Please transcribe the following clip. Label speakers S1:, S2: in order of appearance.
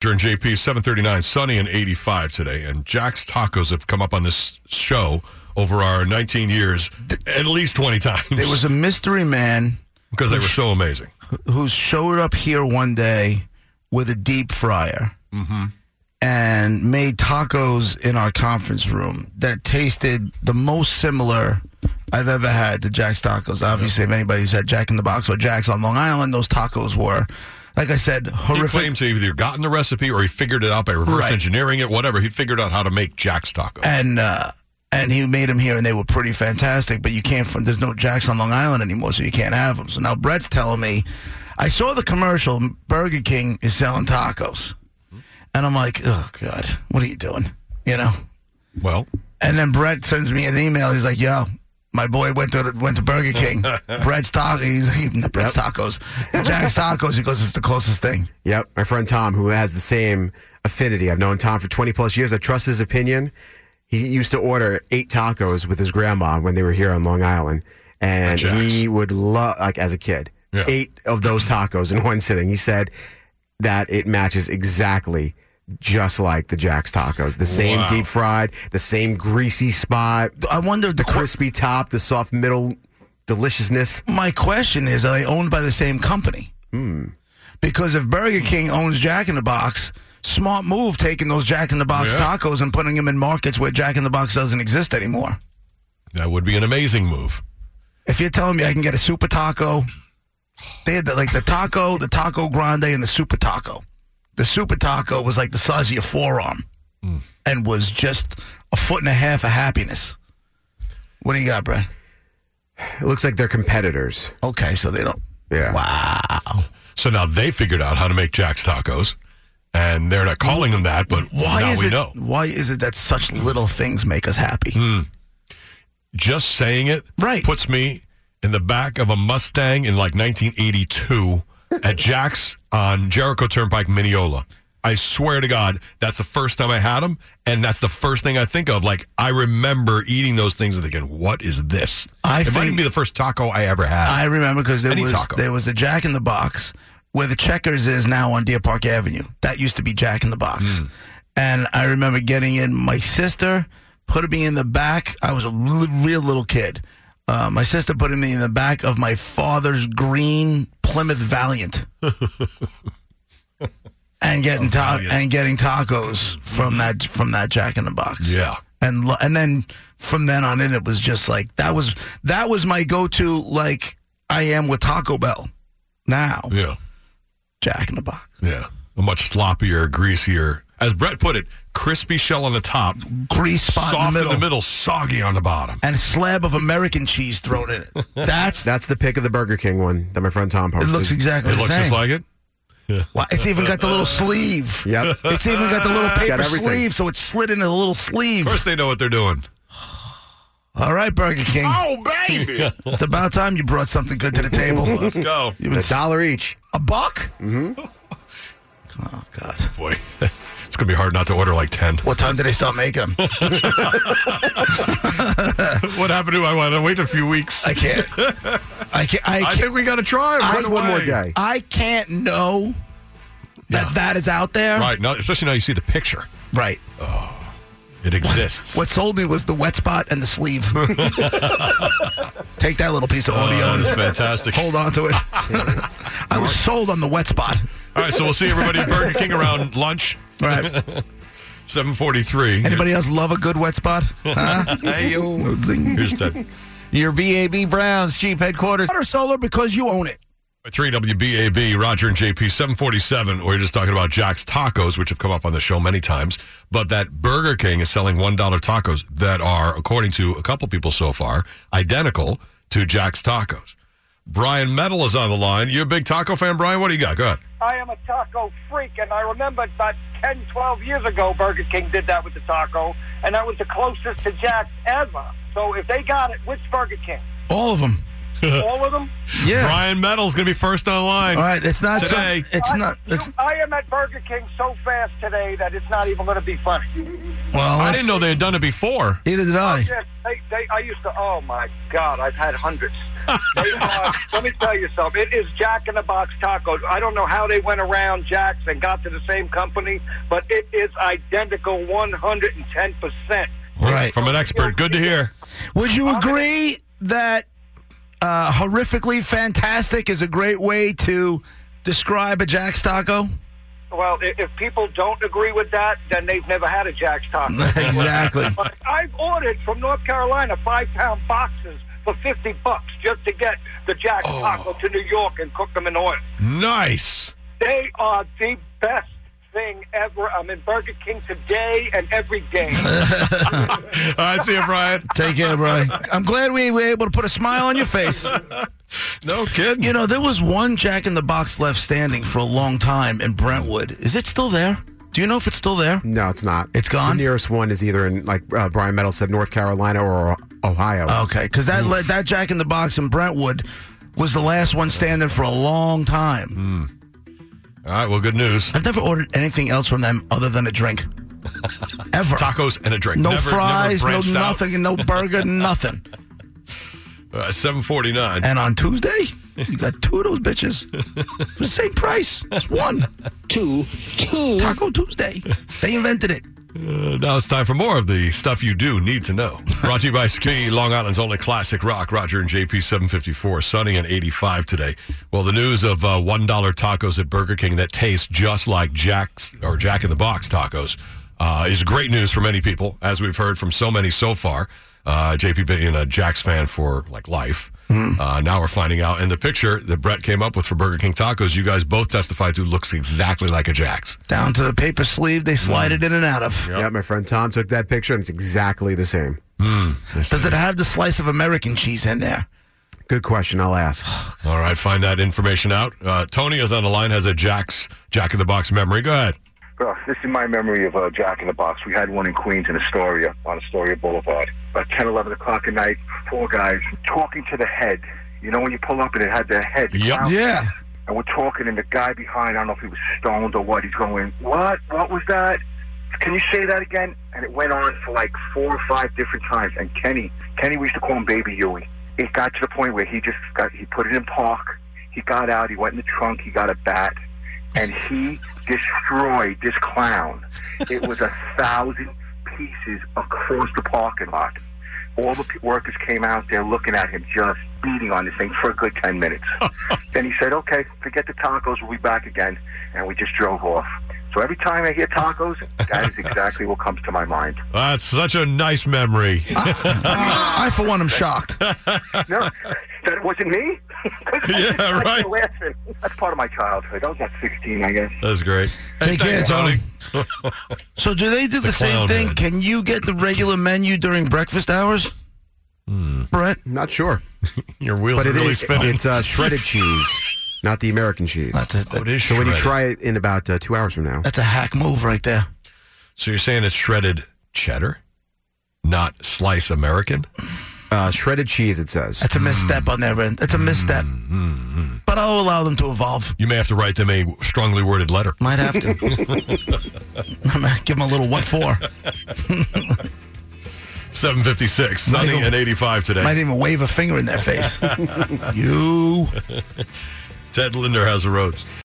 S1: During JP 739, sunny and 85 today, and Jack's Tacos have come up on this show over our 19 years at least 20 times
S2: There was a mystery man
S1: because they were so amazing.
S2: who showed up here one day with a deep fryer
S1: Mm-hmm.
S2: and made tacos in our conference room that tasted the most similar I've ever had to Jack's tacos. Obviously, if anybody's had Jack in the Box or Jack's on Long Island, those tacos were, like I said,
S1: He
S2: horrific.
S1: claimed to either gotten the recipe or he figured it out by reverse
S2: Right.
S1: engineering it, whatever. He figured out how to make Jack's Tacos.
S2: and uh, and he made them here, and they were pretty fantastic. But you can't. find- There's no Jacks on Long Island anymore, so you can't have them. So now Brett's telling me, I saw the commercial. Burger King is selling tacos, and I'm like, oh god, what are you doing? You know.
S1: Well,
S2: And then Brett sends me an email. He's like, yo. My boy went to went to Burger King. Brett's tacos. He's like, Brett's tacos. Jack's tacos. He goes, it's the closest thing.
S3: Yep, my friend Tom, who has the same affinity. I've known Tom for 20 plus years. I trust his opinion. He used to order eight tacos with his grandma when they were here on Long Island, and
S1: Jack's.
S3: he would love like as a kid
S1: Yeah.
S3: eight of those tacos in one sitting. He said that it matches exactly just like the Jack's tacos. The same
S1: Wow.
S3: deep fried, the same greasy spot,
S2: I wonder if the qu-
S3: crispy top, the soft middle, deliciousness.
S2: my question is are they owned by the same company because if burger king owns jack in the box smart move taking those jack in the box
S1: Yeah.
S2: tacos and putting them in markets where jack in the box doesn't exist anymore
S1: that would be an amazing move.
S2: if you're telling me i can get a super taco they had the, like the taco the taco grande and the super taco the super taco was like the size of your forearm and was just a foot and a half of happiness what do you got brad
S3: It looks like they're competitors.
S2: okay so they don't
S3: Yeah.
S1: So now they figured out how to make Jack's Tacos, and they're not calling them that, but
S2: why
S1: now
S2: is
S1: we
S2: it
S1: know. Hmm.
S2: why is it that such little things make us happy
S1: Just saying it
S2: Right.
S1: puts me in the back of a Mustang in like 1982 at Jack's on Jericho Turnpike, Mineola. I swear to God, that's the first time I had them, and that's the first thing I think of. Like I remember eating those things and thinking, "What is this?"
S2: I
S1: it might
S2: think-
S1: even be the first taco I ever had.
S2: I remember because there
S1: Any
S2: was
S1: taco.
S2: there was a Jack in the Box where the Checkers is now on Deer Park Avenue. That used to be Jack in the
S1: Hmm.
S2: Box, and I remember getting in. My sister put me in the back. I was a li- real little kid. Uh, my sister put me in the back of my father's green Plymouth Valiant. And getting ta- and getting tacos from that from that Jack in the Box.
S1: yeah,
S2: and lo- and then from then on in, it was just like that was that was my go-to. Like I am with Taco Bell now,
S1: yeah,
S2: Jack in the Box.
S1: yeah. A much sloppier, greasier, as Brett put it, crispy shell on the top,
S2: Grease spot
S1: soft
S2: in the middle,
S1: soggy on the bottom.
S2: and a slab of American cheese thrown in it. That's
S3: That's the pick of the Burger King one that my friend Tom
S2: it
S3: posted.
S2: looks exactly
S1: It
S2: the
S1: looks
S2: same.
S1: just like it.
S2: Wow, it's even got the little sleeve.
S3: Yep.
S2: It's even got the little paper
S3: everything.
S2: sleeve, so it's slid into the little sleeve.
S1: Of course, they know what they're doing.
S2: All right, Burger King.
S3: Oh, baby.
S2: It's about time you brought something good to the table.
S1: Let's go,
S2: You've
S3: a
S2: been
S3: dollar each.
S2: a buck? Mm-hmm. Oh God.
S1: boy. It's gonna be hard not to order like ten.
S2: What time did they start making them?
S1: What happened to I want to wait a few weeks?
S2: I can't. I can't. I
S1: I
S2: can't,
S1: think we got to try it.
S3: Just one more day.
S2: I can't know that that is out there.
S1: Right now, especially now you see the picture.
S2: Right.
S1: It exists.
S2: What sold me was the wet spot and the sleeve. Take that little piece of audio
S1: Oh,
S2: and
S1: that's fantastic.
S2: hold on to it. I was sold on the wet spot.
S1: All right, so we'll see everybody at Burger King around lunch,
S2: Right.
S1: seven forty-three.
S2: Anybody else love a good wet spot? Huh? Zing.
S1: Here's Ted.
S4: Your BAB Browns Jeep headquarters.
S2: Water solar because you own it.
S1: Three WBAB, Roger and JP, seven forty-seven. We're just talking about Jack's Tacos, which have come up on the show many times. But that Burger King is selling one dollar tacos that are, according to a couple people so far, identical to Jack's Tacos. Brian Metal is on the line. You a big taco fan, Brian? What do you got? Go ahead.
S5: I am a taco freak, and I remember about 10, 12 years ago, Burger King did that with the taco, and that was the closest to Jack's ever. So if they got it, which Burger King?
S2: All of them.
S5: All of them?
S2: Yeah.
S1: Brian Metal's going to be first online.
S2: All right. It's not.
S1: Today.
S2: it's
S5: I,
S2: not.
S5: you-
S2: It's
S5: I am at Burger King so fast today that it's not even going to be funny.
S2: well.
S1: I didn't know they had done it before.
S2: Either did I.
S5: Yeah, they, they, I used to, oh my God, I've had hundreds. They are- let me tell you something. It is Jack in the Box tacos. I don't know how they went around Jack's and got to the same company, but it is identical 110%.
S2: Right.
S1: From an expert. Good to hear.
S2: Would you agree that uh, horrifically fantastic is a great way to describe a Jack's taco?
S5: Well, i- if people don't agree with that, then they've never had a Jack's taco.
S2: exactly.
S5: But I've ordered from North Carolina five pound boxes for 50 bucks just to get the Jack's taco to New York and cook them in oil.
S1: Nice.
S5: They are the best thing ever. I'm in Burger King today and every day.
S1: All right, see you, Brian.
S2: Take care, bro. I'm glad we were able to put a smile on your face.
S1: No kidding.
S2: You know, there was one Jack in the Box left standing for a long time in Brentwood. Is it still there? Do you know if it's still there?
S3: No, it's not.
S2: It's gone?
S3: The nearest one is either in, like uh, Brian Meadow said, North Carolina or Ohio.
S1: Oh.
S2: Okay, because that le- that Jack in the Box in Brentwood was the last one standing for a long time.
S1: All right, well, good news.
S2: I've never ordered anything else from them other than a drink, ever.
S1: Tacos and a drink.
S2: No
S1: Never- never
S2: fries, no
S1: branched out.
S2: nothing, no burger, nothing.
S1: Uh, 749.
S2: And on Tuesday, you got two of those bitches for the same price. It's one.
S6: two, two.
S2: Taco Tuesday. They invented it.
S1: Uh, Now it's time for more of the stuff you do need to know. Brought to you by Ski, Long Island's only classic rock. Roger and JP 754, sunny and 85 today. Well, the news of uh, $1 tacos at Burger King that taste just like Jack's or Jack in the Box tacos uh, is great news for many people, as we've heard from so many so far. Uh, JP being a Jack's fan for like life.
S2: Mm-hmm.
S1: Uh, now we're finding out. And the picture that Brett came up with for Burger King tacos, you guys both testified to, looks exactly like a Jack's.
S2: Down to the paper sleeve they slide it in and out of.
S3: Yeah, my friend Tom took that picture, and it's exactly the same.
S2: Does it have the slice of American cheese in there?
S3: Good question. I'll ask.
S1: All right, find that information out. Uh, Tony is on the line, has a Jack's Jack in the Box memory. Go ahead.
S7: Uh, this is my memory of uh, Jack in the Box. We had one in Queens in Astoria on Astoria Boulevard. About 10, 11 o'clock at night, four guys talking to the head. You know when you pull up and it had the head? the
S1: Yep.
S7: clown?
S2: Yeah.
S7: And we're talking, and the guy behind, I don't know if he was stoned or what, he's going, What? What was that? Can you say that again? And it went on for like four or five different times. And Kenny, Kenny, we used to call him Baby Huey. It got to the point where he just got, he put it in park. He got out, he went in the trunk, he got a bat, and he destroyed this clown. It was a thousand pieces across the parking lot. All the p- workers came out there looking at him, just beating on this thing for a good 10 minutes. then he said, okay, forget the tacos, we'll be back again. And we just drove off. So every time I hear tacos, that is exactly what comes to my mind.
S1: That's such a nice memory.
S2: I, for one, am shocked.
S7: No, that wasn't me?
S1: Yeah, right.
S7: Laughing. That's part of my childhood. I was at 16, I guess.
S1: That's great.
S2: Take care,
S1: Thanks,
S2: Tony. So, do they do the,
S1: clown
S2: same thing?
S1: head.
S2: Can you get the regular menu during breakfast hours?
S1: Hmm.
S2: Brett?
S3: Not sure,
S1: Your wheels
S3: but
S1: are
S3: it
S1: really
S3: is-
S1: spinning.
S3: It's uh, shredded cheese, not the American cheese.
S2: That's a,
S1: Oh, it is
S3: so when you
S1: shredded.
S3: try it in about uh, two hours from now,
S2: that's a hack move right there.
S1: So you're saying it's shredded cheddar, not slice American?
S3: uh, shredded cheese. It says.
S2: That's a misstep
S1: Hmm.
S2: on their end. That's a misstep. But I'll allow them to evolve.
S1: You may have to write them a strongly worded letter.
S2: Might have to. I'm gonna give them a little what for.
S1: 756, sunny
S2: even-
S1: and 85 today.
S2: Might even wave a finger in their face. you.
S1: Ted Linder has the roads.